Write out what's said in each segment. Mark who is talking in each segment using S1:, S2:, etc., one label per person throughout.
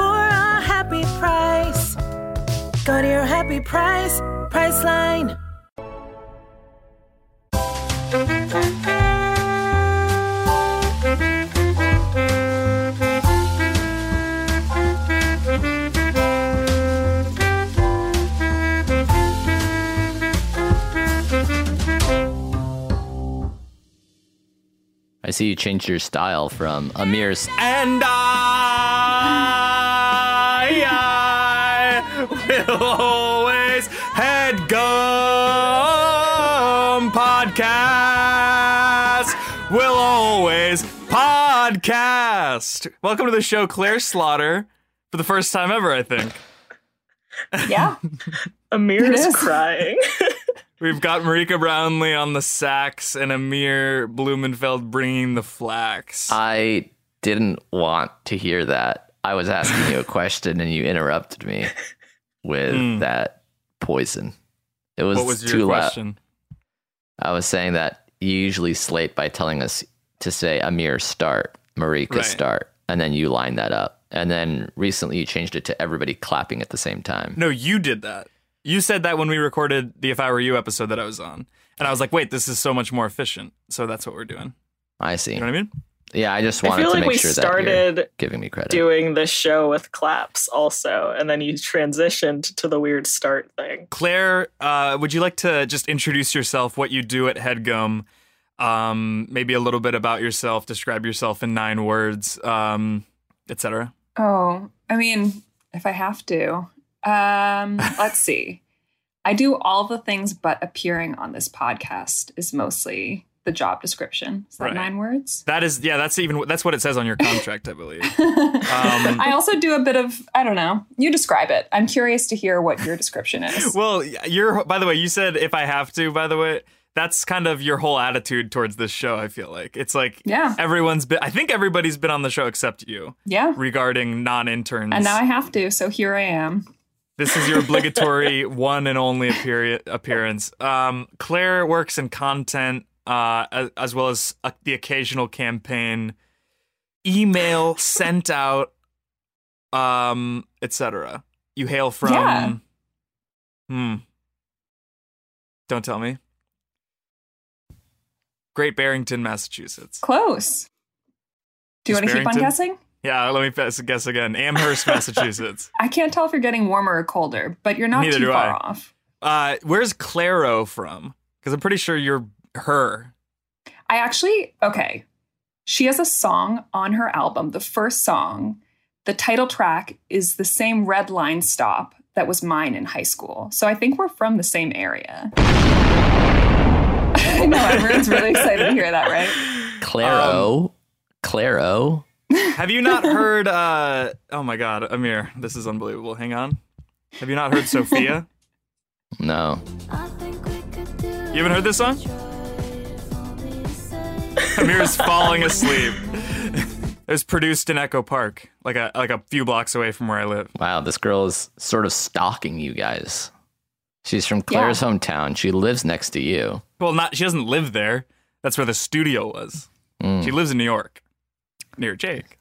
S1: a happy price. Go to your happy price, Priceline.
S2: I see you changed your style from a mere s-
S3: And I, I will always headgum podcast. Will always podcast. Welcome to the show, Claire Slaughter, for the first time ever, I think.
S4: Yeah.
S5: Amir is
S4: is.
S5: crying.
S3: We've got Marika Brownlee on the sax and Amir Blumenfeld bringing the flax.
S2: I didn't want to hear that. I was asking you a question and you interrupted me with
S3: Mm.
S2: that poison. It was,
S3: what was
S2: too
S3: your
S2: loud.
S3: question?
S2: I was saying that you usually slate by telling us to say Amir start, Marika
S3: Right.
S2: start, and then you line that up. And then recently you changed it to everybody clapping at the same time.
S3: No, you did that. You said that when we recorded the If I Were You episode that I was on. And I was like, wait, this is so much more efficient. So that's what we're doing.
S2: I see.
S3: You know what I mean?
S2: Yeah, I just
S5: I
S2: wanted
S5: feel
S2: to
S5: like
S2: make
S5: we
S2: sure that you're
S5: started
S2: giving me credit.
S5: doing this show with claps also, and then you transitioned to the weird start thing.
S3: Claire, uh, would you like to just introduce yourself, what you do at Headgum? Um, maybe a little bit about yourself, describe yourself in nine words, um, etc.
S4: Oh, I mean, if I have to. Um, let's see. I do all the things but appearing on this podcast is mostly the job description. Is that
S3: Right.
S4: nine words?
S3: That is, yeah, that's even that's what it says on your contract, I believe. Um,
S4: I also do a bit of, I don't know, you describe it. I'm curious to hear what your description is.
S3: Well, you're. By the way, you said if I have to. By the way, that's kind of your whole attitude towards this show. I feel like it's like
S4: Yeah.
S3: everyone's been. I think everybody's been on the show except you
S4: yeah.
S3: regarding non-interns.
S4: And now I have to. So here I am.
S3: this is your obligatory one and only appear- appearance. Um, Claire works in content uh, as, as well as uh, the occasional campaign, email sent out, um, etc. You hail from.
S4: Yeah.
S3: Hmm. Don't tell me. Great Barrington, Massachusetts.
S4: Close. Do you
S3: Just
S4: want to keep on
S3: Barrington?
S4: guessing?
S3: Yeah, let me guess, guess again. Amherst, Massachusetts.
S4: I can't tell if you're getting warmer or colder, but you're not
S3: Neither
S4: too
S3: do
S4: far
S3: I.
S4: off.
S3: Uh, where's Claro from? Because I'm pretty sure you're her.
S4: I actually, okay. She has a song on her album, the first song. The title track is the same red line stop that was mine in high school. So I think we're from the same area. I know, everyone's really excited to hear that, right?
S2: Claro,
S5: um,
S2: Claro.
S3: Have you not heard? Uh, oh my God, Amir, this is unbelievable. Hang on. Have you not heard Sophia?
S2: No,
S3: You haven't heard this song? Amir is falling asleep. it was produced in Echo Park, like a like a few blocks away from where I live.
S2: wow, this girl is sort of stalking you guys. She's from Claire's hometown. She lives next to you.
S3: Well, not she doesn't live there. That's where the studio was. She lives in New York, near Jake.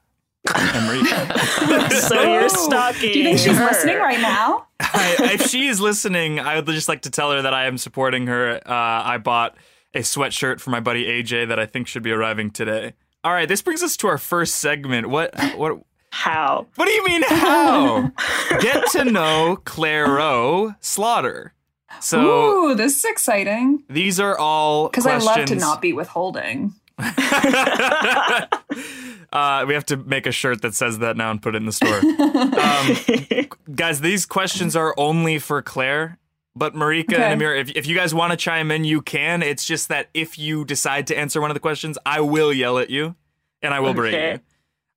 S3: Amrita.
S5: So you're stalking.
S4: Do you think she's
S5: her.
S4: listening right now?
S3: I, if she is listening, I would just like to tell her that I am supporting her. Uh, I bought a sweatshirt for my buddy AJ that I think should be arriving today. All right, this brings us to our first segment. What what
S5: How?
S3: what do you mean how? Get to know Claro Slaughter. So
S4: Ooh, this is exciting.
S3: these are all
S4: Because I
S3: questions.
S4: love to not be withholding.
S3: uh, we have to make a shirt that says that now and put it in the store. Um, guys, these questions are only for Claire. But Marika
S4: Okay.
S3: and Amir, if, if you guys want to chime in, you can. It's just that if you decide to answer one of the questions, I will yell at you and I will berate
S5: Okay.
S3: you.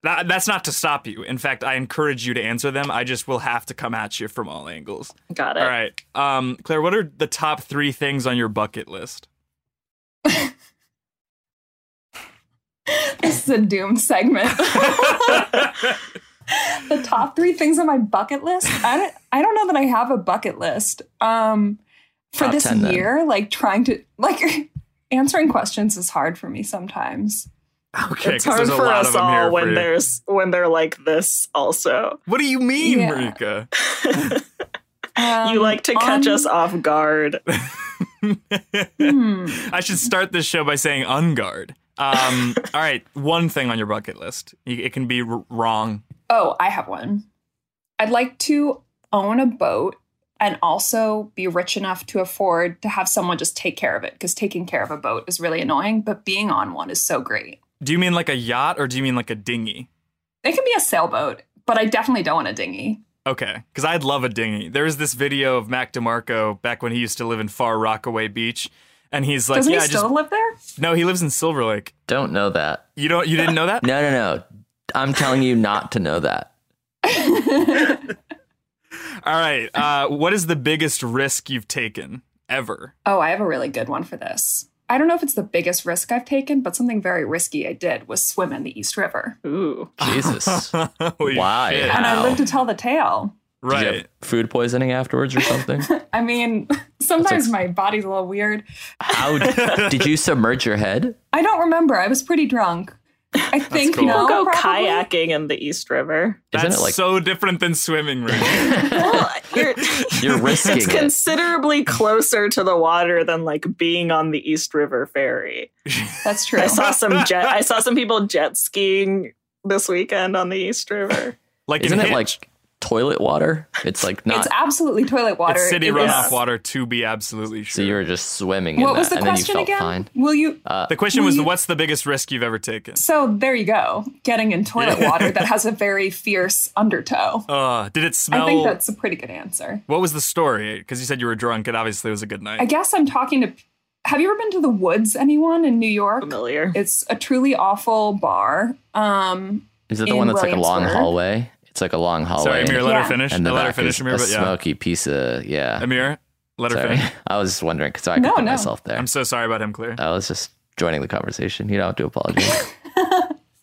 S3: That, that's not to stop you. In fact, I encourage you to answer them. I just will have to come at you from all angles.
S5: Got it.
S3: All right. Um, Claire, what are the top three things on your bucket list?
S4: This is a doomed segment. the top three things on my bucket list. I don't, I don't know that I have a bucket list. Um, for
S2: Top
S4: this
S2: 10 then.
S4: year, like trying to like answering questions is hard for me sometimes.
S3: Okay,
S5: It's
S3: 'cause
S5: hard
S3: there's a
S5: for
S3: lot
S5: us
S3: of them here
S5: all when
S3: for you.
S5: there's when they're like this. Also,
S3: What do you mean,
S4: Yeah.
S3: Marika?
S4: Um,
S5: you like to catch
S4: on-
S5: us off guard.
S4: Hmm.
S3: I should start this show by saying unguard. Um, all right, one thing on your bucket list. You, it can be r- wrong.
S4: Oh, I have one. I'd like to own a boat and also be rich enough to afford to have someone just take care of it because taking care of a boat is really annoying, but being on one is so great.
S3: Do you mean like a yacht or do you mean like a dinghy?
S4: It can be a sailboat, but I definitely don't want a dinghy.
S3: Okay, because I'd love a dinghy. There was this video of Mac DeMarco back when he used to live in Far Rockaway Beach, and he's like,
S4: Doesn't
S3: "Yeah,
S4: he
S3: I
S4: still
S3: just
S4: live there?
S3: no." He lives in Silver Lake.
S2: Don't know that.
S3: You don't. You didn't know that?
S2: No, no, no. I'm telling you not to know that.
S3: All right. Uh, what is the biggest risk you've taken ever?
S4: Oh, I have a really good one for this. I don't know if it's the biggest risk I've taken, but something very risky I did was swim in the East River.
S5: Ooh,
S2: Jesus.
S3: Holy
S2: Why?
S3: shit.
S4: And I
S2: Wow.
S4: lived to tell the tale.
S2: Did you have
S3: Right.
S2: food poisoning afterwards or something?
S4: I mean, sometimes my body's a little weird.
S2: How did you submerge your head?
S4: I don't remember. I was pretty drunk. I think
S3: cool.
S4: no.
S5: we'll go
S4: probably.
S5: kayaking in the East River.
S3: That's
S2: Isn't it like
S3: so different than swimming. Right?
S5: Well, you're
S2: you're risking
S5: it's
S2: it?
S5: considerably closer to the water than like being on the East River ferry.
S4: That's true.
S5: I saw some jet. I saw some people jet skiing this weekend on the East River.
S3: like
S2: Isn't
S3: in
S2: it
S3: Hitch.
S2: like toilet water? It's like not.
S4: it's absolutely toilet water.
S3: It's city
S4: It
S3: runoff
S4: is-
S3: water? To be absolutely
S2: so
S3: sure.
S2: you were just swimming in
S4: What
S2: that,
S4: was the
S2: and then you
S4: question
S2: felt
S4: again?
S2: fine.
S4: Will you?
S3: the question was,
S4: Will you-
S3: what's the biggest risk you've ever taken?
S4: so there you go. Getting in toilet water that has a very fierce undertow.
S3: Uh, did it smell?
S4: I think that's a pretty good answer.
S3: What was the story? Because you said you were drunk. It obviously was a good night.
S4: I guess I'm talking to. Have you ever been to the Woods? Anyone in New York?
S5: Familiar.
S4: It's a truly awful bar. Um,
S2: Is it the
S4: in
S2: one that's like a long
S4: Williamsburg.
S2: hallway? It's like a long hallway.
S3: Sorry, Amir, let
S4: Yeah.
S3: her finish.
S2: and the
S3: let her
S2: back
S3: finish,
S2: is
S3: Amir.
S2: a
S3: But yeah,
S2: smoky piece of yeah.
S3: Amir, let her
S2: Sorry,
S3: finish.
S2: I was just wondering because I could
S4: No,
S2: put
S4: no.
S2: myself there.
S3: I'm so sorry about him, Claire.
S2: I was just joining the conversation. You don't have to apologize.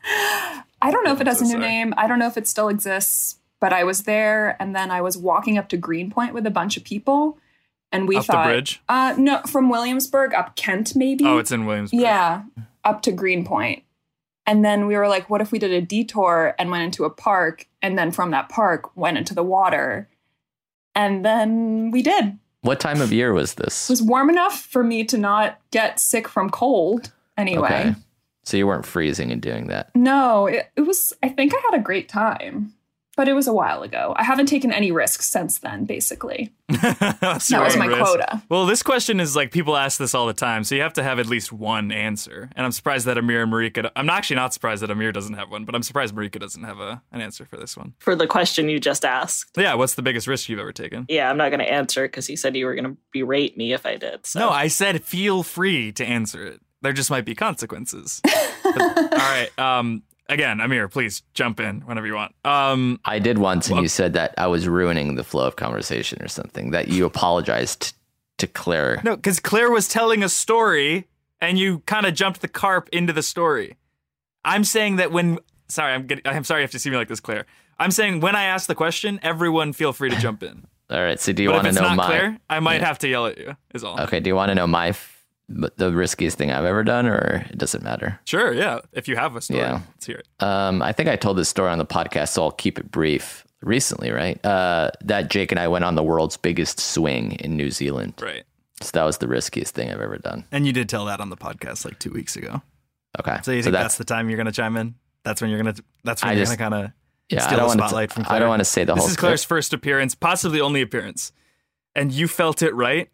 S4: I don't know if it has
S3: so
S4: a new
S3: sorry.
S4: name. I don't know if it still exists, but I was there and then I was walking up to Greenpoint with a bunch of people and we
S3: Up the
S4: thought
S3: bridge?
S4: Uh no, from Williamsburg up Kent maybe.
S3: Oh, it's in Williamsburg.
S4: Yeah, up to Greenpoint. And then we were like, what if we did a detour and went into a park and then from that park went into the water? And then we did. It
S2: what time of year was this?
S4: was warm enough for me to not get sick from cold anyway.
S2: Okay. So you weren't freezing and doing that.
S4: No, it, it was, I think I had a great time, but it was a while ago. I haven't taken any risks since then, basically. That was my
S3: Risk.
S4: quota.
S3: Well, this question is like people ask this all the time, so you have to have at least one answer. And I'm surprised that Amir and Marika. I'm actually not surprised that Amir doesn't have one, but I'm surprised Marika doesn't have a, an answer for this one.
S5: For the question you just asked.
S3: Yeah, what's the biggest risk you've ever taken?
S5: Yeah, I'm not going to answer because you said you were going to berate me if I did. So.
S2: Oh.
S3: No, I said feel free to answer it. There just might be consequences. But- all right. Um, again, Amir, please jump in whenever you want. Um,
S2: I did once, and you said that I was ruining the flow of conversation or something. That you apologized to Claire.
S3: no, because Claire was telling a story, and you kind of jumped the carp into the story. I'm saying that when sorry, I'm getting, I'm sorry you have to see me like this, Claire. I'm saying when I ask the question, everyone feel free to jump in.
S2: All right. So do you
S3: but
S2: want
S3: if
S2: to
S3: it's
S2: know
S3: not
S2: my?
S3: Claire, I might have to yell at you. Is all.
S2: Okay. Do you want to know my f- the riskiest thing I've ever done, or it doesn't matter?
S3: Sure. Yeah. If you have a story,
S2: Yeah.
S3: let's hear it.
S2: Um, I think I told this story on the podcast, so I'll keep it brief. Recently, right? Uh, that Jake and I went on the world's biggest swing in New Zealand.
S3: Right.
S2: So that was the riskiest thing I've ever done.
S3: And you did tell that on the podcast like two weeks ago.
S2: Okay.
S3: So you think that's, the time you're going to chime in? That's when you're going to. That's when
S2: I
S3: you're
S2: just-
S3: going to kind of
S2: yeah, I
S3: steal
S2: don't
S3: the
S2: wanna-
S3: spotlight from. Claire.
S2: I don't want to say the
S3: This
S2: whole.
S3: is Claire's first appearance, possibly only appearance, and you felt it right.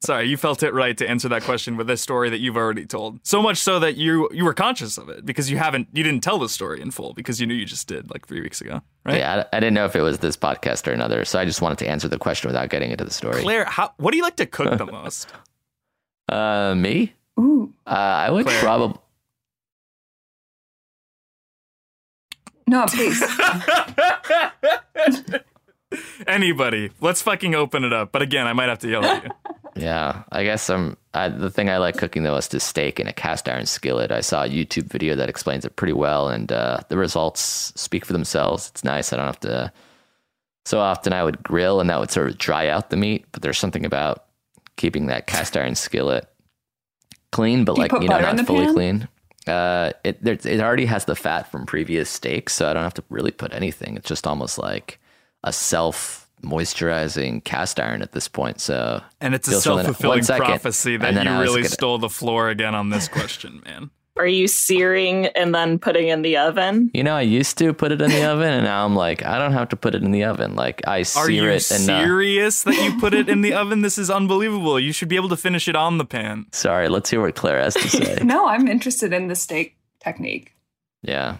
S3: Sorry, you felt it right to answer that question with a story that you've already told. So much so that you you were conscious of it because you haven't you didn't tell the story in full because you knew you just did like three weeks ago, right?
S2: Yeah, I, I didn't know if it was this podcast or another, so I just wanted to answer the question without getting into the story.
S3: Claire, how, what do you like to cook the most?
S2: Uh, me?
S4: Ooh.
S2: Uh, I would probably.
S4: No, please.
S3: Anybody, let's fucking open it up. But again, I might have to yell at you.
S2: Yeah, I guess I'm. I, the thing I like cooking the most is steak in a cast iron skillet. I saw a YouTube video that explains it pretty well, and uh, the results speak for themselves. It's nice. I don't have to. So often I would grill, and that would sort of dry out the meat. But there's something about keeping that cast iron skillet clean, but
S4: Do you
S2: like
S4: put
S2: you know,
S4: butter in
S2: not
S4: the
S2: fully
S4: pan?
S2: clean. Uh, it there's- it already has the fat from previous steaks, so I don't have to really put anything. It's just almost like a self moisturizing cast iron at this point. So
S3: And it's a
S2: Feels really
S3: self
S2: nice.
S3: fulfilling
S2: One second,
S3: prophecy that
S2: and then
S3: you
S2: I was
S3: really
S2: gonna-
S3: stole the floor again on this question, man.
S5: Are you searing and then putting in the oven?
S2: You know, I used to put it in the oven, and now I'm like, I don't have to put it in the oven. Like, I sear
S3: Are you
S2: it and uh,
S3: serious that you put it in the oven? This is unbelievable. You should be able to finish it on the pan.
S2: sorry. Let's hear what Claire has to say.
S4: no, I'm interested in the steak technique.
S2: yeah,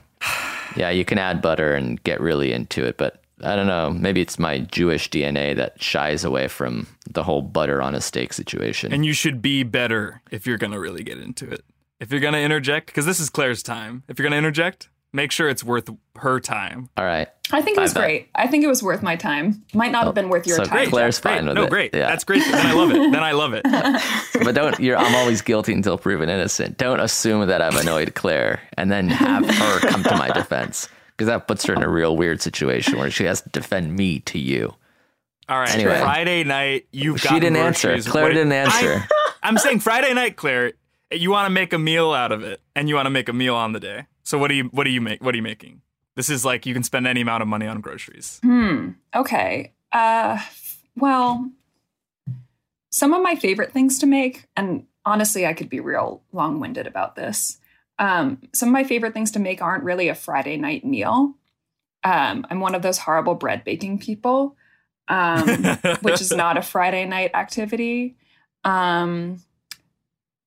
S2: yeah. You can add butter and get really into it, but I don't know. Maybe it's my Jewish DNA that shies away from the whole butter on a steak situation.
S3: And you should be better if you're going to really get into it. If you're going to interject, because this is Claire's time, if you're going to interject, make sure it's worth her time.
S2: All right,
S4: I think it
S2: I
S4: was
S2: bet. Oh,
S4: great. I think it was worth my time. Might not have been worth your
S2: so
S4: time.
S2: Claire's
S3: Great.
S2: fine with
S3: no,
S2: it.
S3: great.
S2: Yeah.
S3: That's great. Then I love it. Then I love it.
S2: but don't. You're, I'm always guilty until proven innocent. Don't assume that I've annoyed Claire and then have her come to my defense because that puts her in a real weird situation where she has to defend me to you.
S3: All right.
S2: Anyway.
S3: Friday night, you've
S2: She
S3: got
S2: didn't answer.
S3: groceries.
S2: Claire
S3: What-
S2: didn't answer.
S3: I, am saying Friday night, Claire. You want to make a meal out of it, and you want to make a meal on the day. So what do you what do you make? What are you making? This is like you can spend any amount of money on groceries.
S4: Hmm. Okay. Uh, well, some of my favorite things to make, and honestly, I could be real long winded about this. Um, some of my favorite things to make aren't really a Friday night meal. Um, I'm one of those horrible bread baking people, um, which is not a Friday night activity. Um,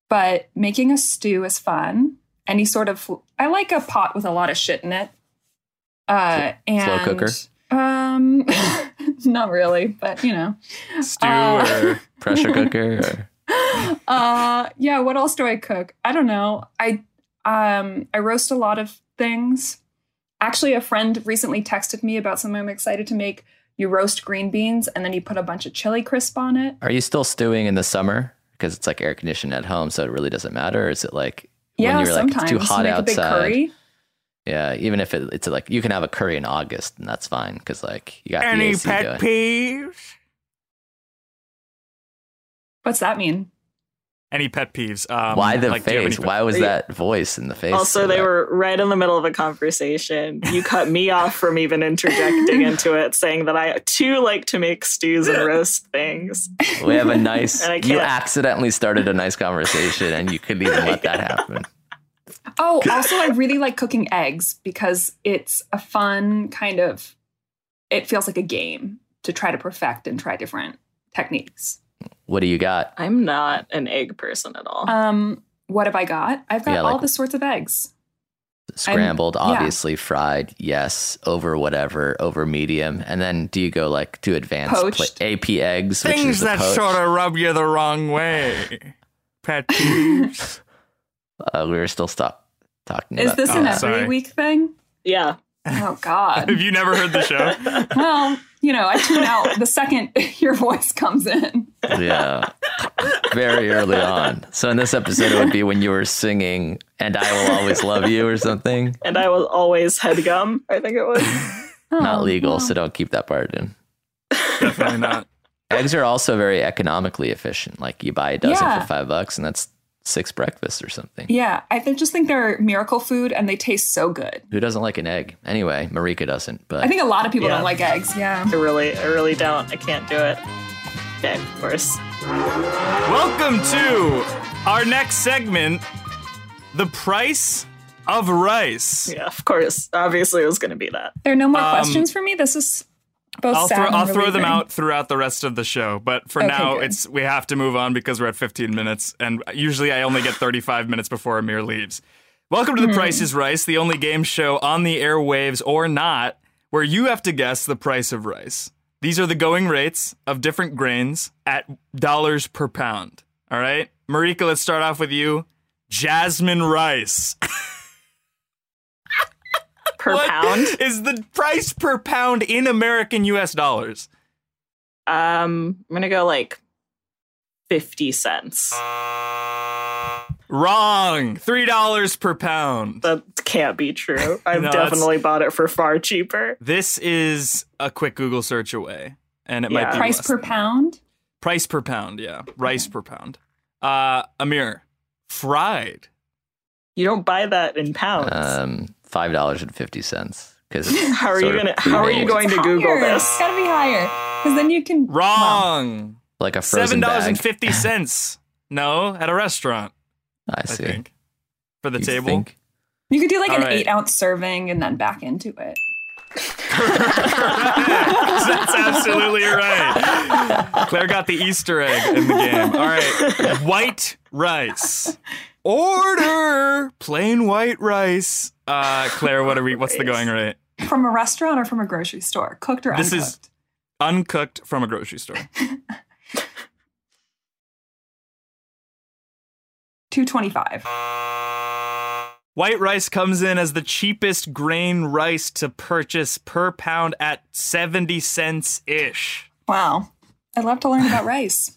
S4: but making a stew is fun. Any sort of, I like a pot with a lot of shit in it. Uh,
S2: Slow
S4: and
S2: cooker?
S4: Um, not really, but you know.
S3: Stew
S4: Uh,
S3: or
S2: pressure cooker. Or,
S4: uh, yeah. What else do I cook? I don't know. I um I roast a lot of things. Actually, a friend recently texted me about something I'm excited to make. You roast green beans and then you put a bunch of chili crisp on it.
S2: are you still stewing in the summer? Because it's like air conditioned at home, so it really doesn't matter. Or is it like
S4: Yeah,
S2: when you're like
S4: sometimes
S2: it's too hot
S4: make
S2: outside?
S4: a big curry.
S2: Yeah, even if it, it's like you can have a curry in August and that's fine because like you got the
S3: any
S2: AC going.
S3: pet peeves?
S4: What's that mean?
S3: Any pet peeves? Um,
S2: Why the
S3: like, do you have any
S2: face?
S3: pet-
S2: Why was
S5: Are you-
S2: that voice in the face?
S5: Also,
S2: for
S5: they
S2: that?
S5: were right in the middle of a conversation. You cut me off from even interjecting into it, saying that I too like to make stews and roast things.
S2: We have a nice.
S5: And I
S2: you
S5: can't-
S2: accidentally started a nice conversation and you couldn't even let that happen.
S4: Oh, also, I really like cooking eggs because it's a fun kind of. It feels like a game to try to perfect and try different techniques.
S2: What do you got?
S5: I'm not an egg person at
S3: Uh,
S5: all.
S4: Um, what have I got? I've got
S2: Yeah,
S4: all
S2: like-
S4: the sorts of eggs.
S2: Scrambled,
S4: yeah.
S2: obviously fried, yes, over whatever, over medium, and then do you go like to advanced
S4: Poached.
S2: pla- AP eggs, which
S3: Things
S2: is the
S3: that
S2: poached?
S3: sort of rub you the wrong way. Pet peeves.
S2: Uh, we were still stop talking.
S4: Is
S2: about
S4: this
S2: that.
S4: an
S3: Oh,
S4: every
S3: sorry.
S4: week thing?
S5: yeah.
S4: Oh
S3: have
S4: God.
S3: you never heard the show?
S4: well, you know, I tune out the second your voice comes in.
S2: yeah, very early on. So in this episode, it would be when you were singing "And I Will Always Love You" or something.
S5: And I will always headgum, I think it was.
S2: Not
S4: Oh,
S2: legal,
S4: well.
S2: so don't keep that part in.
S3: Definitely not.
S2: Eggs are also very economically efficient. Like you buy a dozen
S4: Yeah.
S2: for five bucks, and that's six breakfasts or something.
S4: Yeah, I th- just think they're miracle food and they taste so good.
S2: Who doesn't like an egg? Anyway, Marika doesn't, but
S4: I think a lot of people
S5: Yeah.
S4: don't like eggs. Yeah.
S5: I really, I really don't. I can't do it. Okay, of course.
S3: Welcome to our next segment, the price of rice.
S5: Yeah, of course. Obviously, it was going to be that.
S4: There are no more
S3: Um,
S4: questions for me. This is both
S3: I'll,
S4: sad
S3: throw,
S4: and
S3: I'll throw them
S4: relieving.
S3: out throughout the rest of the show, but for
S4: Okay,
S3: now,
S4: good.
S3: it's we have to move on because we're at 15 minutes, and usually I only get 35 minutes before Amir leaves. Welcome to the
S4: Mm-hmm.
S3: Price is Rice, the only game show on the airwaves or not, where you have to guess the price of rice. These are the going rates of different grains at dollars per pound. All right, Marika, let's start off with you. Jasmine rice.
S5: per
S3: What
S5: pound.
S3: is the price per pound in American US dollars?
S5: Um, I'm gonna go like fifty cents.
S3: Wrong. Three dollars per pound.
S5: That can't be true. I've
S3: No, that's-
S5: definitely bought it for far cheaper.
S3: This is a quick Google search away, and it might
S5: Yeah.
S3: be
S4: Price
S3: less
S4: per
S3: than that.
S4: pound?
S3: Price per pound. Yeah, rice per pound. Uh, Amir, fried.
S5: You don't buy that in pounds.
S2: Um, five dollars and fifty cents. Because
S5: how are you gonna? How are you going to Google
S4: Higher.
S5: this?
S4: It's gotta be higher. Because then you can. well,
S3: Wrong.
S2: Like a
S3: Seven
S2: frozen
S3: dollars
S2: bag.
S3: and fifty cents. No, at a restaurant.
S2: I
S3: I
S2: see.
S3: think for the
S2: You
S3: table.
S2: think?
S4: you could do like
S3: All
S4: an
S3: right.
S4: eight ounce serving and then back into it.
S3: That's absolutely right. Claire got the Easter egg in the game. All right. White rice. Order plain white rice. Uh, Claire, what are we? What's the going rate?
S4: From a restaurant or from a grocery store? Cooked or
S3: This is-
S4: uncooked?
S3: Uncooked from a grocery store.
S4: 225.
S3: White rice comes in as the cheapest grain rice to purchase per pound at 70 cents ish.
S4: Wow. I love to learn about rice.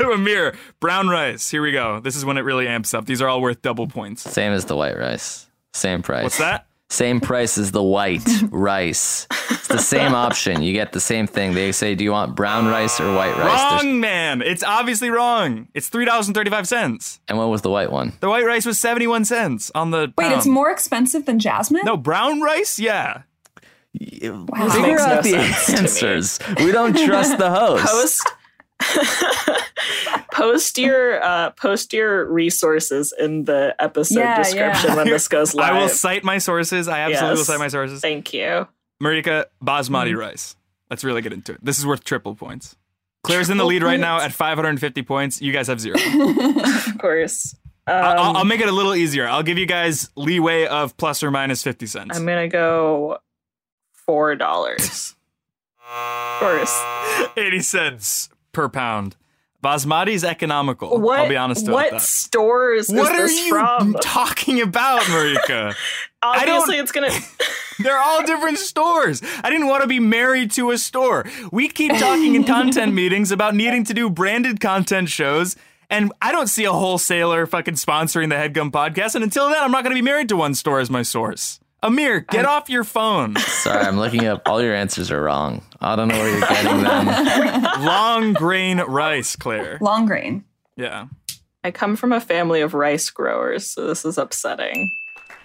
S3: Amir, brown rice. Here we go. This is when it really amps up. These are all worth double points.
S2: Same as the white rice. Same price.
S3: What's that?
S2: Same price as the white rice. It's the same option. You get the same thing. They say, "Do you want brown rice or white rice?" There's-
S3: Wrong, man. It's obviously wrong. It's three dollars and thirty-five cents.
S2: And what was the white one?
S3: The white rice was seventy-one cents on the.
S4: Wait,
S3: pound.
S4: it's more expensive than jasmine?
S3: Um, No brown rice. Yeah.
S4: Wow.
S2: Figure
S5: makes no
S2: out the
S5: sense to me.
S2: answers. We don't trust the host.
S5: Post. post your uh, post your resources in the episode
S4: Yeah, yeah.
S5: description when this goes live.
S3: I will cite my sources. I absolutely will
S5: Yes.
S3: cite my sources.
S5: Thank you.
S3: Marika basmati rice. Let's really get into it. This is worth triple points. Claire's in the lead right now at 550 points. You guys have zero.
S5: Of course. Um,
S3: I- I'll, I'll make it a little easier. I'll give you guys leeway of plus or minus 50 cents.
S5: I'm gonna go four dollars. of course.
S3: 80 cents per pound. Basmati's economical.
S5: What?
S3: I'll be honest about
S5: what
S3: that.
S5: stores
S3: What
S5: is
S3: are
S5: this
S3: you
S5: from?
S3: talking about, Marika? don't-
S5: Obviously, it's gonna.
S3: They're all different stores. I didn't want to be married to a store. We keep talking in content meetings about needing to do branded content shows, and I don't see a wholesaler fucking sponsoring the Headgum podcast. And until then, I'm not going to be married to one store as my source. Amir, get off your phone.
S2: Sorry, I'm looking up. All your answers are wrong. I don't know where you're getting them.
S3: Long grain rice, Claire.
S4: Long grain.
S3: Yeah.
S5: I come from a family of rice growers, so this is upsetting.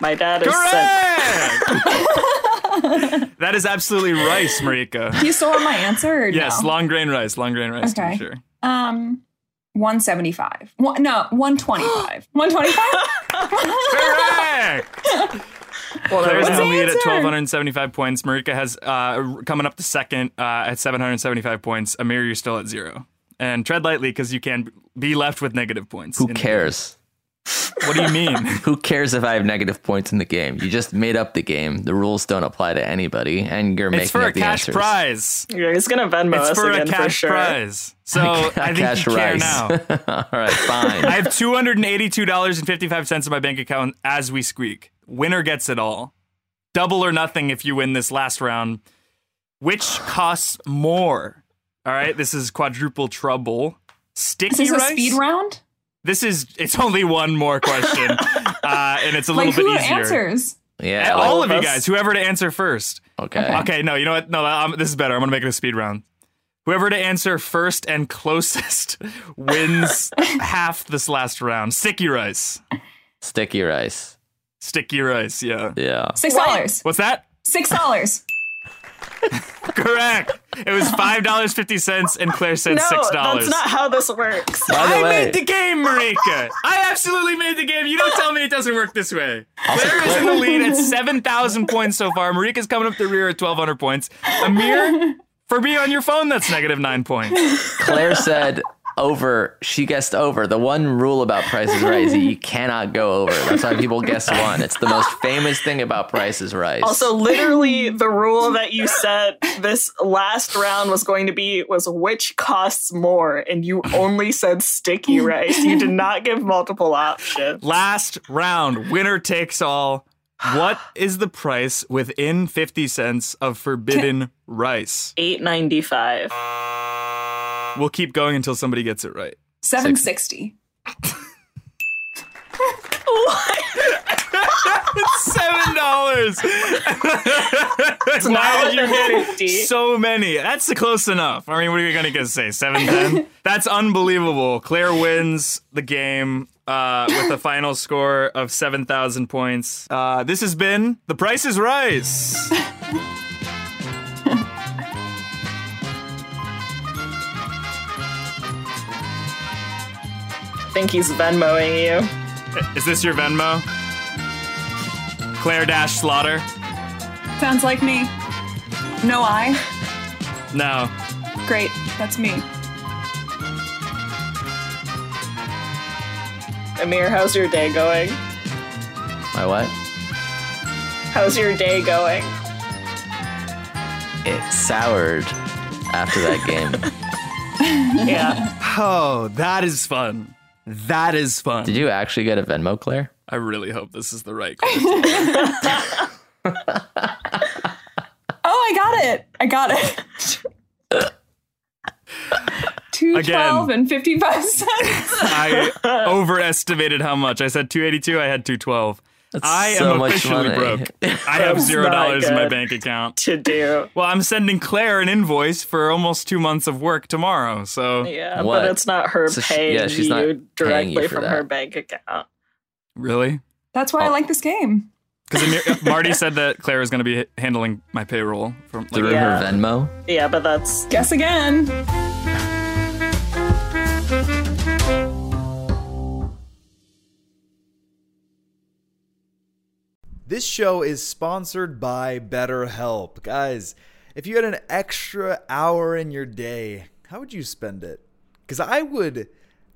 S5: My dad is sent.
S3: Correct! that is absolutely rice, Marika.
S4: Do you still want my answer? Or
S3: Yes,
S4: No?
S3: long grain rice, long grain rice to
S4: Okay.
S3: be sure.
S4: um, 175. One, no, 125. 125?
S3: Correct! Claire's in
S5: Whatever.
S4: What's
S3: the
S4: the
S3: lead at
S4: answer?
S3: 1,275 points. Marika has uh, coming up to second uh, at 775 points. Amir, you're still at zero. And tread lightly because you can be left with negative points.
S2: Who
S3: in-
S2: cares?
S3: What do you mean?
S2: Who cares if I have negative points in the game? You just made up the game. The rules don't apply to anybody, and you're making
S3: it's for
S2: up
S3: a
S2: the
S3: cash
S2: answers.
S3: prize.
S5: Yeah, He's gonna Venmo
S3: It's
S5: us
S3: for a
S5: again for
S3: cash
S5: sure.
S3: prize. So I think
S2: cash
S3: you care
S2: rice.
S3: now.
S2: All right,
S3: I
S2: fine.
S3: have $282.55 in my bank account as we squeak. Winner gets it all. Double or nothing if you win this last round. Which costs more? All right, this is quadruple trouble. Sticky
S4: Is this a
S3: rice?
S4: speed round?
S3: This is it's only one more question. uh, and it's a little
S4: Like, who
S3: bit easier.
S4: answers?
S2: yeah.
S3: All,
S5: All
S3: of
S5: of
S3: you
S5: us.
S3: guys, whoever to answer first.
S2: okay.
S3: Okay, no, you know what? No, um, this is better. I'm going to make it a speed round. Whoever to answer first and closest wins half this last round. Sticky rice.
S2: Sticky rice.
S3: Sticky rice, yeah.
S2: Yeah.
S4: Six dollars.
S3: What's that?
S4: Six dollars.
S3: Correct. It was five dollars fifty cents, and Claire said
S5: No,
S3: six
S5: that's
S3: dollars.
S5: not how this works.
S2: By the
S3: I
S2: way,
S3: made the game, Marika. I absolutely made the game. You don't tell me it doesn't work this way. Claire is in the lead at seven thousand points so far. Marika's coming up the rear at twelve hundred points. Amir, for being on your phone, that's negative nine points.
S2: Claire said over. She guessed over. The one rule about Price is Right is that you cannot go over. That's why people guess one. It's the most famous thing about Price is Right.
S5: Also, literally, the rule that you said this last round was going to be was which costs more, and you only said sticky rice. You did not give multiple options.
S3: Last round, winner takes all. What is the price within 50 cents of forbidden rice?
S5: 895.
S3: We'll keep going until somebody gets it right.
S4: 760.
S3: It's seven dollars. Why did you get
S5: 50.
S3: so many? That's close enough. I mean, what are you gonna get, say? Seven ten? That's unbelievable. Claire wins the game uh, with a final score of seven thousand points. Uh, this has been The Price Is Rice.
S5: I think he's Venmoing you.
S3: Is this your Venmo? Claire Dash Slaughter.
S4: Sounds like me. No I.
S3: No.
S4: Great. That's me.
S5: Amir, how's your day going?
S2: My what?
S5: How's your day going?
S2: It soured after that game.
S5: Yeah.
S3: Oh, that is fun. That is fun.
S2: Did you actually get a Venmo, Claire?
S3: I really hope this is the right question.
S4: Oh, I got it. I got it. 212 and 55 cents.
S3: I overestimated how much. I said 282, I had 212. I
S2: so
S3: am
S2: much
S3: officially
S2: money.
S3: broke. I have
S5: That's
S3: zero
S5: not
S3: dollars in my
S5: good.
S3: bank account.
S5: to do.
S3: Well, I'm sending Claire an invoice for almost two months of work tomorrow. So
S5: Yeah,
S2: What?
S5: but it's not her
S2: So she-
S5: paying
S2: yeah, she's
S5: you
S2: not paying
S5: directly
S2: you for
S5: from
S2: that.
S5: her bank account.
S3: really,
S4: That's
S3: Oh.
S4: why I like this game.
S3: because Marty said that Claire is going to be h- handling my payroll from like,
S2: Through
S5: Yeah.
S2: her Venmo?
S5: Yeah, but that's
S4: Guess again.
S6: This show is sponsored by BetterHelp. Guys, if you had an extra hour in your day, how would you spend it? Because I would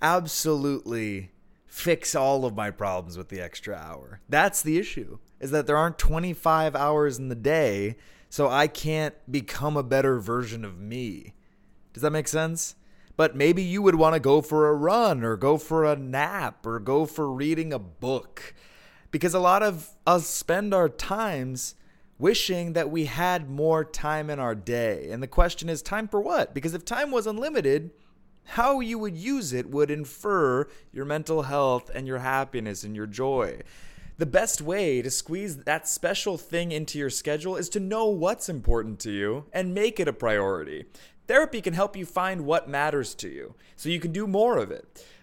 S6: absolutely fix all of my problems with the extra hour. That's the issue, is that there aren't 25 hours in the day, so I can't become a better version of me. Does that make sense? But maybe you would want to go for a run or go for a nap or go for reading a book. Because a lot of us spend our times wishing that we had more time in our day. And the question is time for what? Because if time was unlimited, how you would use it would infer your mental health and your happiness and your joy. The best way to squeeze that special thing into your schedule is to know what's important to you and make it a priority. Therapy can help you find what matters to you so you can do more of it.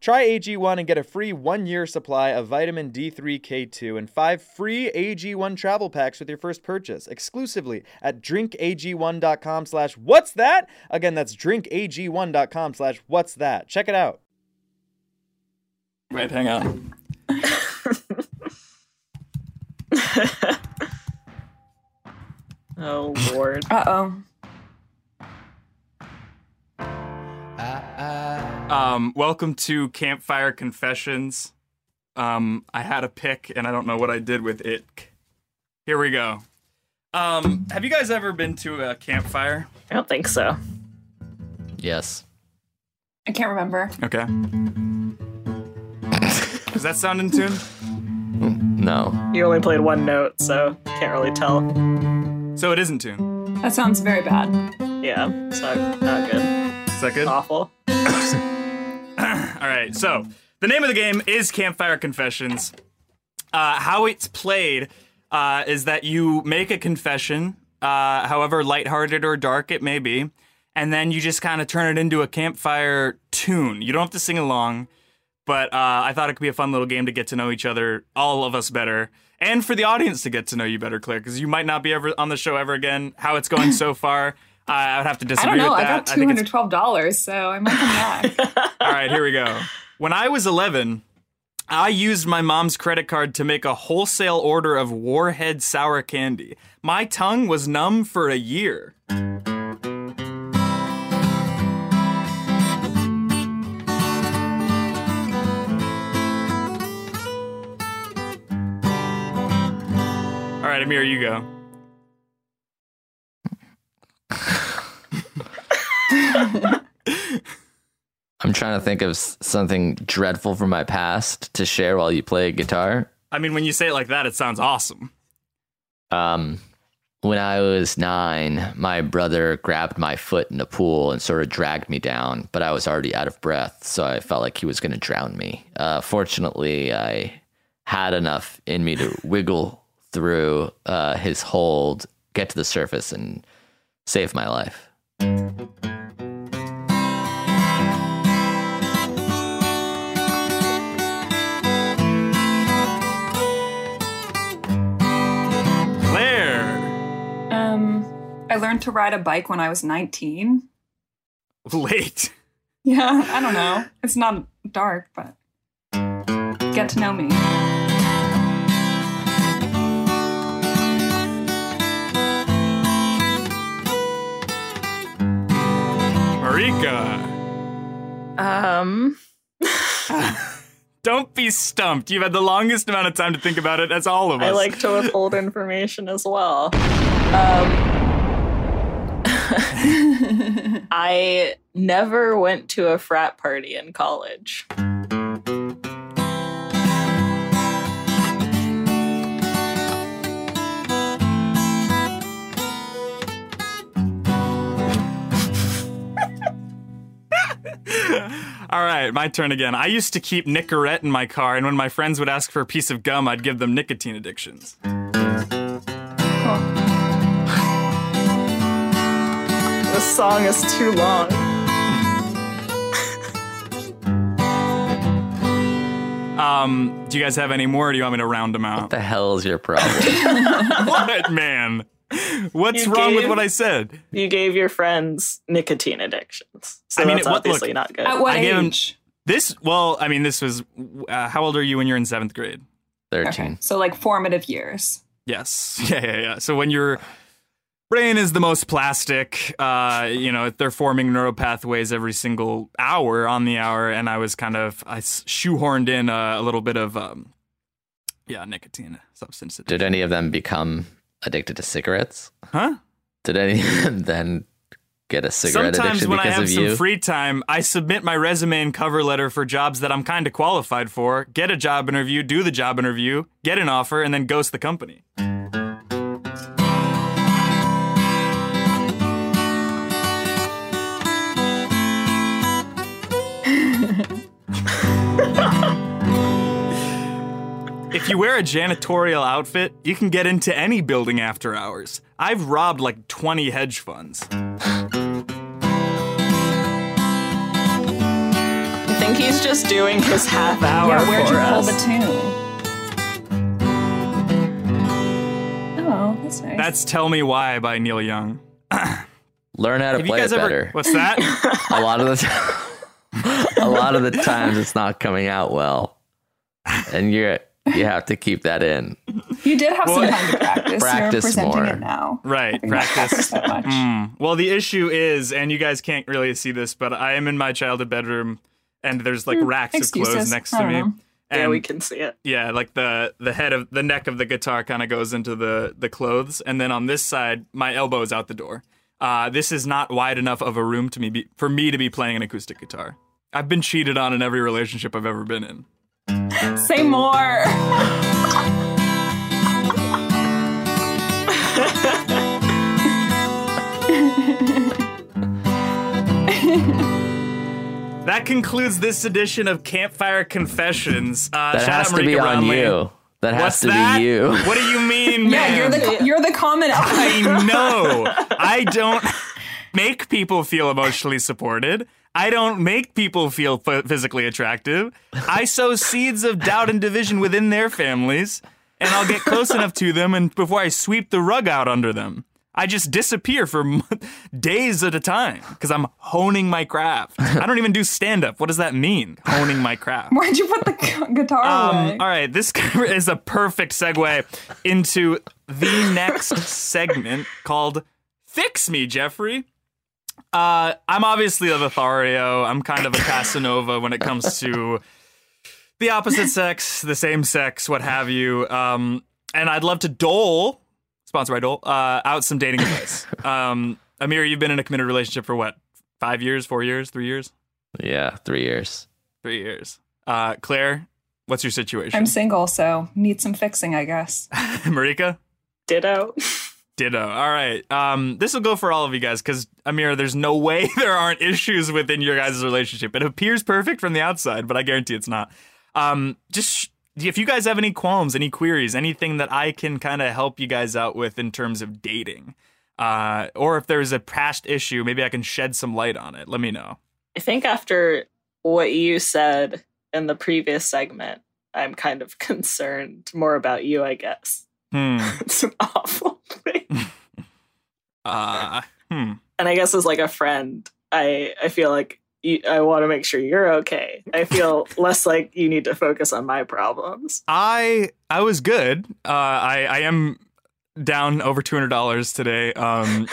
S7: Try AG1 and get a free one year supply of vitamin D3K2 and five free AG1 travel packs with your first purchase exclusively at drinkag1.com slash what's that? Again, that's drinkag1.com slash what's that. Check it out.
S3: wait, hang on.
S5: oh lord.
S4: Uh oh.
S3: Um, welcome to Campfire Confessions. Um, I had a pick and I don't know what I did with it. Here we go. Um, have you guys ever been to a campfire?
S5: I don't think so.
S2: Yes.
S4: I can't remember.
S3: Okay. Does that sound in tune?
S2: No.
S5: You only played one note, so can't really tell.
S3: So it is in tune.
S4: That sounds very bad.
S5: Yeah, so not good.
S3: Is that good?
S4: Ah.
S5: Awful.
S3: All right. So the name of the game is Campfire Confessions. Uh, how it's played uh, is that you make a confession, uh, however lighthearted or dark it may be, and then you just kind of turn it into a campfire tune. You don't have to sing along, but uh, I thought it could be a fun little game to get to know each other, all of us better, and for the audience to get to know you better, Claire, because you might not be ever on the show ever again. How it's going so far, uh, I would have to
S4: I
S3: disagree
S4: don't know.
S3: with
S4: I
S3: that.
S4: got two
S3: think it's
S4: hundred twelve dollars, so I might come back.
S3: all right, here we go. When I was 11, I used my mom's credit card to make a wholesale order of Warhead sour candy. My tongue was numb for a year. All right, Amir, you go.
S2: I'm trying to think of s- something dreadful from my past to share while you play guitar.
S3: I mean, when you say it like that, it sounds awesome.
S2: Um, when I was nine, my brother grabbed my foot in the pool and sort of dragged me down, but I was already out of breath, so I felt like he was going to drown me. Uh, fortunately, I had enough in me to wiggle through uh, his hold, get to the surface, and save my life.
S3: Claire,
S4: um, I learned to ride a bike when I was nineteen.
S3: late.
S4: Yeah, I don't know. It's not dark, but get to know me.
S3: Marika.
S5: Um
S3: Don't be stumped. You've had the longest amount of time to think about it as all of us.
S5: I like to withhold information as well. Um, I never went to a frat party in college.
S3: All right, my turn again. I used to keep Nicorette in my car, and when my friends would ask for a piece of gum, I'd give them nicotine addictions.
S5: This song is too long.
S3: Um, do you guys have any more, or do you want me to round them out?
S2: The hell is your problem?
S3: what, man? What's
S5: You
S3: wrong with
S5: gave-
S3: what I said?
S5: You gave your friends nicotine addictions, so
S3: I mean,
S5: that's
S3: it- what- look-
S5: obviously not good.
S4: At what
S3: I gave him-
S4: age?
S3: This, well, I mean, this was. Uh, how old are you when you're in seventh grade?
S2: 13.
S4: So like formative years.
S3: Yes. Yeah, yeah, yeah. So when your brain is the most plastic, uh, you know, they're forming neural pathways every single hour on the hour, and I was kind of I s- shoehorned in a, a little bit of um, yeah, nicotine substance.
S2: Did any of them become addicted to cigarettes?
S3: Huh?
S2: Did any of them then get a cigarette
S3: Sometimes
S2: addiction
S3: when I
S2: because
S3: have
S2: of
S3: some
S2: you?
S3: free time, I submit my resume and cover letter for jobs that I'm kind of qualified for, get a job interview, do the job interview, get an offer, and then ghost the company. If you wear a janitorial outfit, you can get into any building after hours. I've robbed like 20 hedge funds.
S5: I think he's just doing his half hour
S4: yeah, where'd
S5: for
S4: you pull
S5: us.
S4: the tune? Oh, that's nice.
S3: That's Tell Me Why by Neil Young.
S2: Learn how to
S3: Have you
S2: play
S3: guys
S2: it
S3: ever.
S2: better.
S3: What's that?
S2: a lot of the time, a lot of the times it's not coming out well, and you're You have to keep that in.
S4: You did have some
S3: Well-
S4: time to practice.
S2: Practice
S4: You're presenting
S2: more.
S4: it now.
S3: Right,
S4: You're not
S3: practice.
S4: that much.
S3: Mm. Well, the issue is, and you guys can't really see this, but I am in my childhood bedroom, and there's like racks of clothes
S4: excuses.
S3: next
S4: Hmm, I
S3: to
S4: don't
S3: me.
S4: know.
S3: And
S5: yeah, we can see it.
S3: yeah, like the the head of the neck of the guitar kind of goes into the the clothes, and then on this side, my elbow is out the door. Uh, this is not wide enough of a room to me be, for me to be playing an acoustic guitar. I've been cheated on in every relationship I've ever been in.
S4: Say more.
S3: That concludes this edition of Campfire Confessions. Uh,
S2: That
S3: shout
S2: has
S3: out
S2: to be
S3: Marika
S2: on
S3: Ronley.
S2: you. That has
S3: What's
S2: to
S3: that?
S2: be you.
S3: What do you mean,
S4: Yeah, you're
S3: ma'am?
S4: the you're the common element.
S3: I know. I don't make people feel emotionally supported. I don't make people feel ph- physically attractive. I sow seeds of doubt and division within their families, and I'll get close enough to them, and before I sweep the rug out under them, I just disappear for m- days at a time because I'm honing my craft. I don't even do stand up. What does that mean? Honing my craft.
S4: Why'd you put the gu- guitar away?
S3: Um, all right, this is a perfect segue into the next segment called "Fix Me, Jeffrey." Uh, I'm obviously a Lothario. I'm kind of a Casanova when it comes to the opposite sex, the same sex, what have you. Um, and I'd love to dole, sponsored by Dole, uh, out some dating advice. Um, Amir, you've been in a committed relationship for what? Five years, four years, three years,
S2: Yeah, three years.
S3: three years. Uh, Claire, what's your situation?
S4: I'm single, so need some fixing, I guess.
S3: Marika?
S5: Ditto.
S3: Ditto. All right. Um, this will go for all of you guys because, Amir, there's no way there aren't issues within your guys' relationship. It appears perfect from the outside, but I guarantee it's not. Um, just sh- if you guys have any qualms, any queries, anything that I can kind of help you guys out with in terms of dating, uh, or if there's a past issue, maybe I can shed some light on it. Let me know.
S5: I think after what you said in the previous segment, I'm kind of concerned more about you, I guess.
S3: Hmm.
S5: It's an awful thing.
S3: Uh, hmm.
S5: And I guess as like a friend, I I feel like you, I want to make sure you're okay. I feel less like you need to focus on my problems.
S3: I I was good. Uh, I I am down over two hundred dollars today. Um,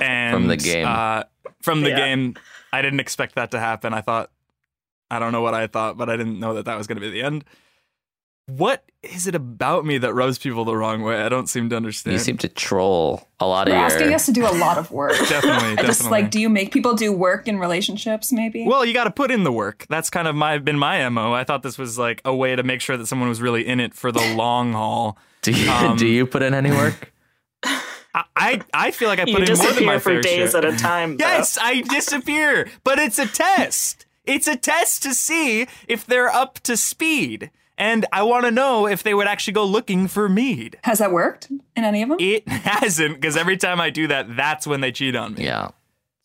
S3: and
S2: From the game.
S3: uh, from the
S5: Yeah.
S3: game, I didn't expect that to happen. I thought I don't know what I thought, but I didn't know that that was going to be the end. What is it about me that rubs people the wrong way? I don't seem to understand.
S2: You seem to troll a lot
S4: You're
S2: of your.
S4: asking us to do a lot of work.
S3: definitely, definitely.
S4: Just like, do you make people do work in relationships? Maybe.
S3: well, you got to put in the work. That's kind of my been my mo. I thought this was like a way to make sure that someone was really in it for the long haul.
S2: do you
S3: um,
S2: do you put in any work?
S3: I I, I feel like I put
S5: you
S3: in more than my
S5: disappear for
S3: fair
S5: days
S3: share.
S5: at a time. though.
S3: Yes, I disappear, but it's a test. It's a test to see if they're up to speed. And I want to know if they would actually go looking for mead.
S4: Has that worked in any of them?
S3: It hasn't, because every time I do that, that's when they cheat on me.
S2: Yeah.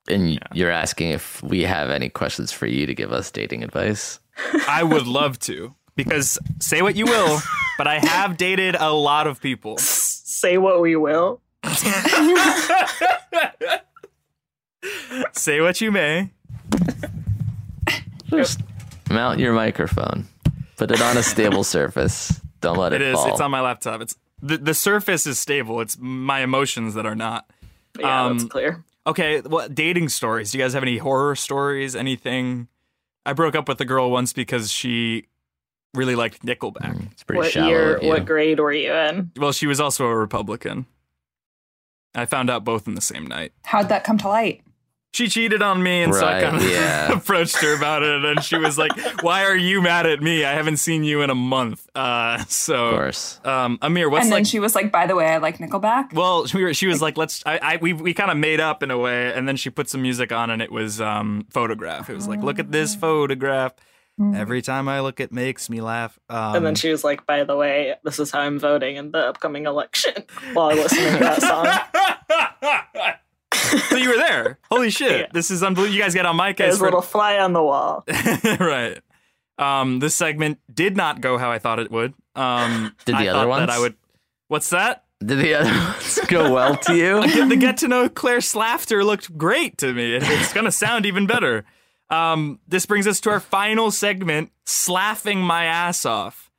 S2: And you're asking if we have any questions for you to give us dating advice.
S3: I would love to, because say what you will, but I have dated a lot of people.
S5: Say what we will.
S3: Say what you may.
S2: Just mount your microphone. Put it on a stable surface. Don't let it,
S3: It is.
S2: fall.
S3: It's on my laptop. It's the, the surface is stable. It's my emotions that are not.
S5: Yeah,
S3: Um,
S5: that's clear.
S3: Okay, what dating stories? Do you guys have any horror stories? Anything? I broke up with a girl once because she really liked Nickelback.
S2: It's pretty
S5: What
S2: shallow.
S5: year?
S2: of you.
S5: What grade were you in?
S3: Well, she was also a Republican. I found out both in the same night.
S4: How'd that come to light?
S3: She cheated on me, and so I
S2: Right,
S3: kind of
S2: yeah.
S3: approached her about it, and she was like, "Why are you mad at me? I haven't seen you in a month." Uh,
S2: Of
S3: so,
S2: course.
S3: um, Amir, what's
S4: and then
S3: like?
S4: she was like, "By the way, I like Nickelback."
S3: well, she, were- she was like, "Let's." I, I we we kind of made up in a way, and then she put some music on, and it was um photograph. It was like, "Look at this photograph." Every time I look, it makes me laugh. Um,
S5: and then she was like, "By the way, this is how I'm voting in the upcoming election." While listening to that song,
S3: so you were there. Holy shit! This is unbelievable. You guys get on my case
S5: there's a
S3: for
S5: little fly on the wall.
S3: right. Um, this segment did not go how I thought it would. Um,
S2: Did the
S3: I
S2: other
S3: thought
S2: ones?
S3: That I would. What's that?
S2: Did the other ones go well to you?
S3: the get to know Claire Slafter looked great to me. It- It's gonna sound even better. Um, this brings us to our final segment, slaffing my ass off.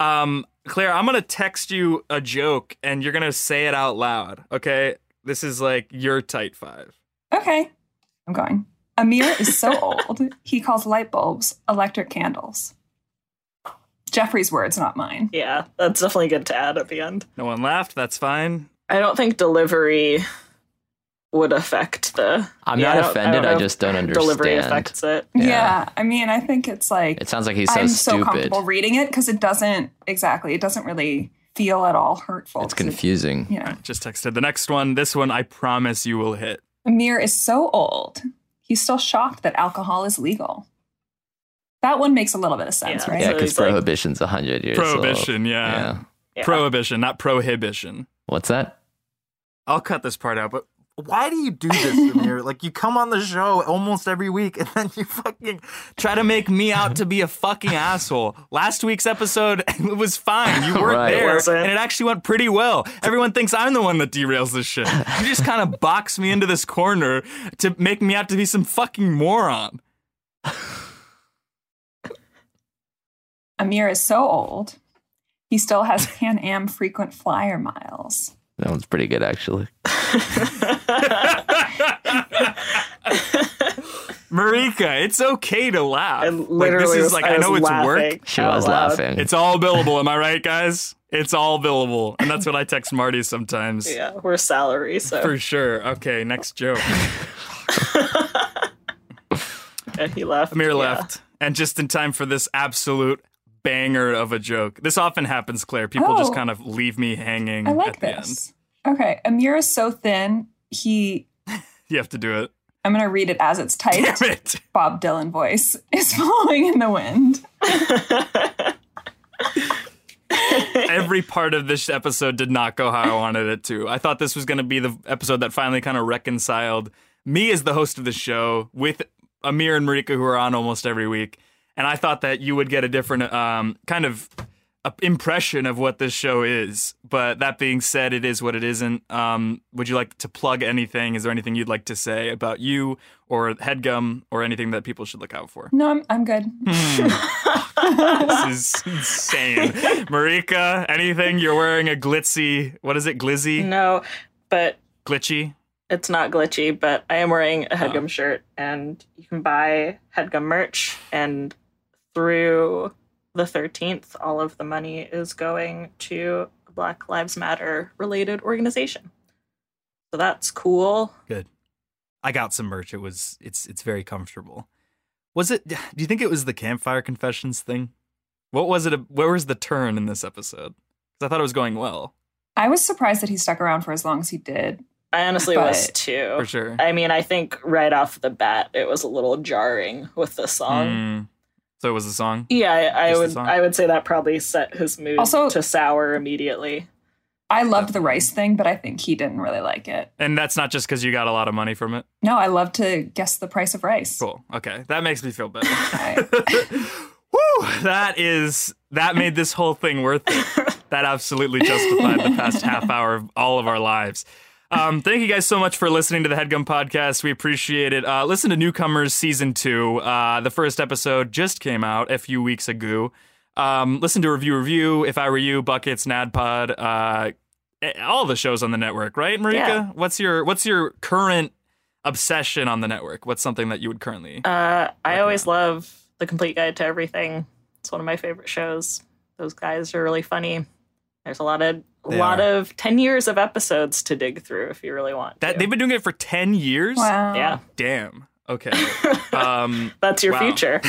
S3: Um, Claire, I'm gonna text you a joke and you're gonna say it out loud. Okay, this is like your tight five.
S4: Okay, I'm going. Amir is so old, he calls light bulbs electric candles. Jeffrey's words, not mine.
S5: Yeah, that's definitely good to add at the end.
S3: No one laughed. That's fine.
S5: I don't think delivery would affect the.
S2: I'm
S5: Yeah,
S2: not
S5: don't-
S2: offended.
S5: don't
S2: I,
S5: know
S2: just don't
S5: if
S2: understand.
S5: Delivery affects it.
S4: Yeah. I mean, I think it's like
S2: It sounds like he's so
S4: I'm so
S2: stupid.
S4: comfortable reading it because it doesn't exactly. It doesn't really feel at all hurtful.
S2: it's
S4: 'cause it-
S2: confusing.
S4: You know,
S3: Just texted the next one. This one, I promise you will hit.
S4: Amir is so old. He's still shocked that alcohol is legal. That one makes a little bit of sense,
S5: Yeah.
S4: right?
S2: Yeah,
S5: So
S2: because
S5: he's like-
S2: prohibition's a hundred years old.
S3: Prohibition, yeah.
S5: Yeah.
S3: Prohibition, not prohibition.
S2: What's that?
S3: I'll cut this part out, but
S8: Why do you do this, Amir? like you come on the show almost every week, and then you fucking
S3: try to make me out to be a fucking asshole. Last week's episode was fine. You weren't
S2: Right.
S3: there,
S5: Was it?
S3: and it actually went pretty well. Everyone thinks I'm the one that derails this shit. You just kind of box me into this corner to make me out to be some fucking moron.
S4: Amir is so old. He still has Pan Am frequent flyer miles.
S2: That one's pretty good, actually.
S3: Marika, it's okay to laugh.
S5: I literally,
S3: like, this is
S5: was-
S3: like
S5: I,
S3: I, know
S5: was
S3: it's
S5: laughing
S3: work.
S2: She
S5: out
S2: was
S5: loud.
S2: laughing.
S3: It's all billable, am I right, guys? It's all billable, and that's what I text Marty sometimes.
S5: Yeah, we're salary, so
S3: For sure. Okay, next joke.
S5: and he left.
S3: Amir
S5: yeah.
S3: left, and just in time for this absolute banger of a joke. This often happens, Claire. People just
S4: Oh.
S3: kind of leave me hanging.
S4: I like
S3: at the end.
S4: this. Okay. Amir is so thin. He,
S3: You have to do it.
S4: I'm going to read it as it's typed.
S3: Damn it!
S4: Bob Dylan voice is falling in the wind.
S3: Every part of this episode did not go how I wanted it to. I thought this was going to be the episode that finally kind of reconciled me as the host of the show with Amir and Marika, who are on almost every week. And I thought that you would get a different um, kind of a- impression of what this show is. But that being said, it is what it isn't. Um, would you like to plug anything? Is there anything you'd like to say about you or Headgum or anything that people should look out for?
S4: No, I'm, I'm good.
S3: This is insane. Marika, anything? You're wearing a glitzy, what is it, glizzy?
S5: No, but
S3: Glitchy?
S5: it's not glitchy, but I am wearing a headgum shirt and you can buy headgum merch and through the 13th all of the money is going to a Black Lives Matter related organization. So that's cool.
S3: I got some merch. It was, it's, it's very comfortable. Was it, do you think it was the campfire confessions thing? What was it, where was the turn in this episode? Because I thought it was going well,
S4: I was surprised that he stuck around for as long as he did.
S5: I honestly was
S4: But-
S5: too.
S3: for sure.
S5: I mean, I think right off the bat it was a little jarring with the song.
S3: Mm. So it was a song?
S5: Yeah, I, I
S3: Just the
S5: would
S3: song?
S5: I would say that probably set his mood
S4: Also-
S5: to sour immediately.
S4: I loved the rice thing, but I think he didn't really like it.
S3: And that's not just because you got a lot of money from it?
S4: No, I love to guess the price of rice.
S3: Cool. Okay. That makes me feel better.
S4: I-
S3: Woo! That is that made this whole thing worth it. That absolutely justified the past half hour of all of our lives. Um, thank you guys so much for listening to the Headgum Podcast. We appreciate it. Uh, listen to Newcomers Season 2. Uh, the first episode just came out a few weeks ago. Um, listen to Review Review, If I Were You, Buckets, NADPOD, uh, eh, all the shows on the network, right, Marika?
S5: Yeah.
S3: What's your What's your current obsession on the network? What's something that you would currently?
S5: Uh, I always love The Complete Guide to Everything. It's one of my favorite shows. Those guys are really funny. There's a lot of a lot of 10 years of episodes to dig through if you really want.
S3: that
S5: to.
S3: they've been doing it for ten years.
S4: wow.
S5: yeah,
S3: Damn. Okay. Um,
S5: that's your
S3: Wow.
S5: future.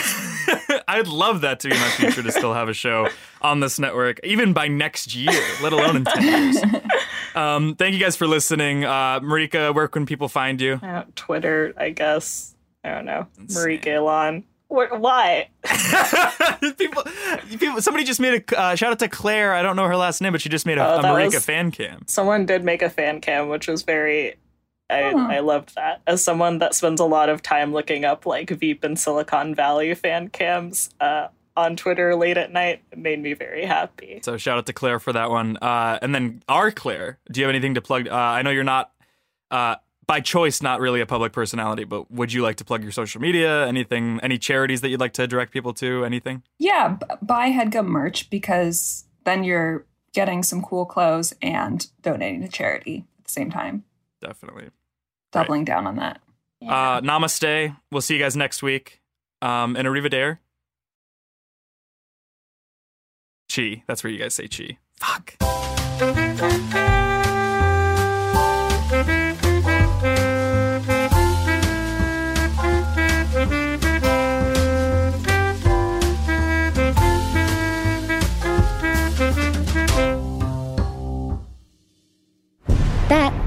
S3: I'd love that to be my future to still have a show on this network, even by next year, let alone in 10 years. Um, thank you guys for listening. Uh, Marika, where can people find you?
S5: I don't- Uh, Twitter, I guess. I don't know. Marie Gailon. What, why?
S3: people, people, somebody just made a uh, shout out to Claire. I don't know her last name, but she just made a,
S5: Oh,
S3: a
S5: that
S3: Marika
S5: was-
S3: fan cam.
S5: Someone did make a fan cam, which was very. I, I loved that. As someone that spends a lot of time looking up like Veep and Silicon Valley fan cams uh, on Twitter late at night, it made me very happy.
S3: So shout out to Claire for that one. Uh, and then our Claire, do you have anything to plug? Uh, I know you're not uh, by choice not really a public personality, but would you like to plug your social media? Anything? Any charities that you'd like to direct people to? Anything?
S4: Yeah, b- buy HeadGum merch because then you're getting some cool clothes and donating to charity at the same time.
S3: Definitely.
S4: Doubling down on that.
S3: Uh, namaste. We'll see you guys next week. Um, and arrivederci. Chi. That's where you guys say chi. Fuck.
S9: That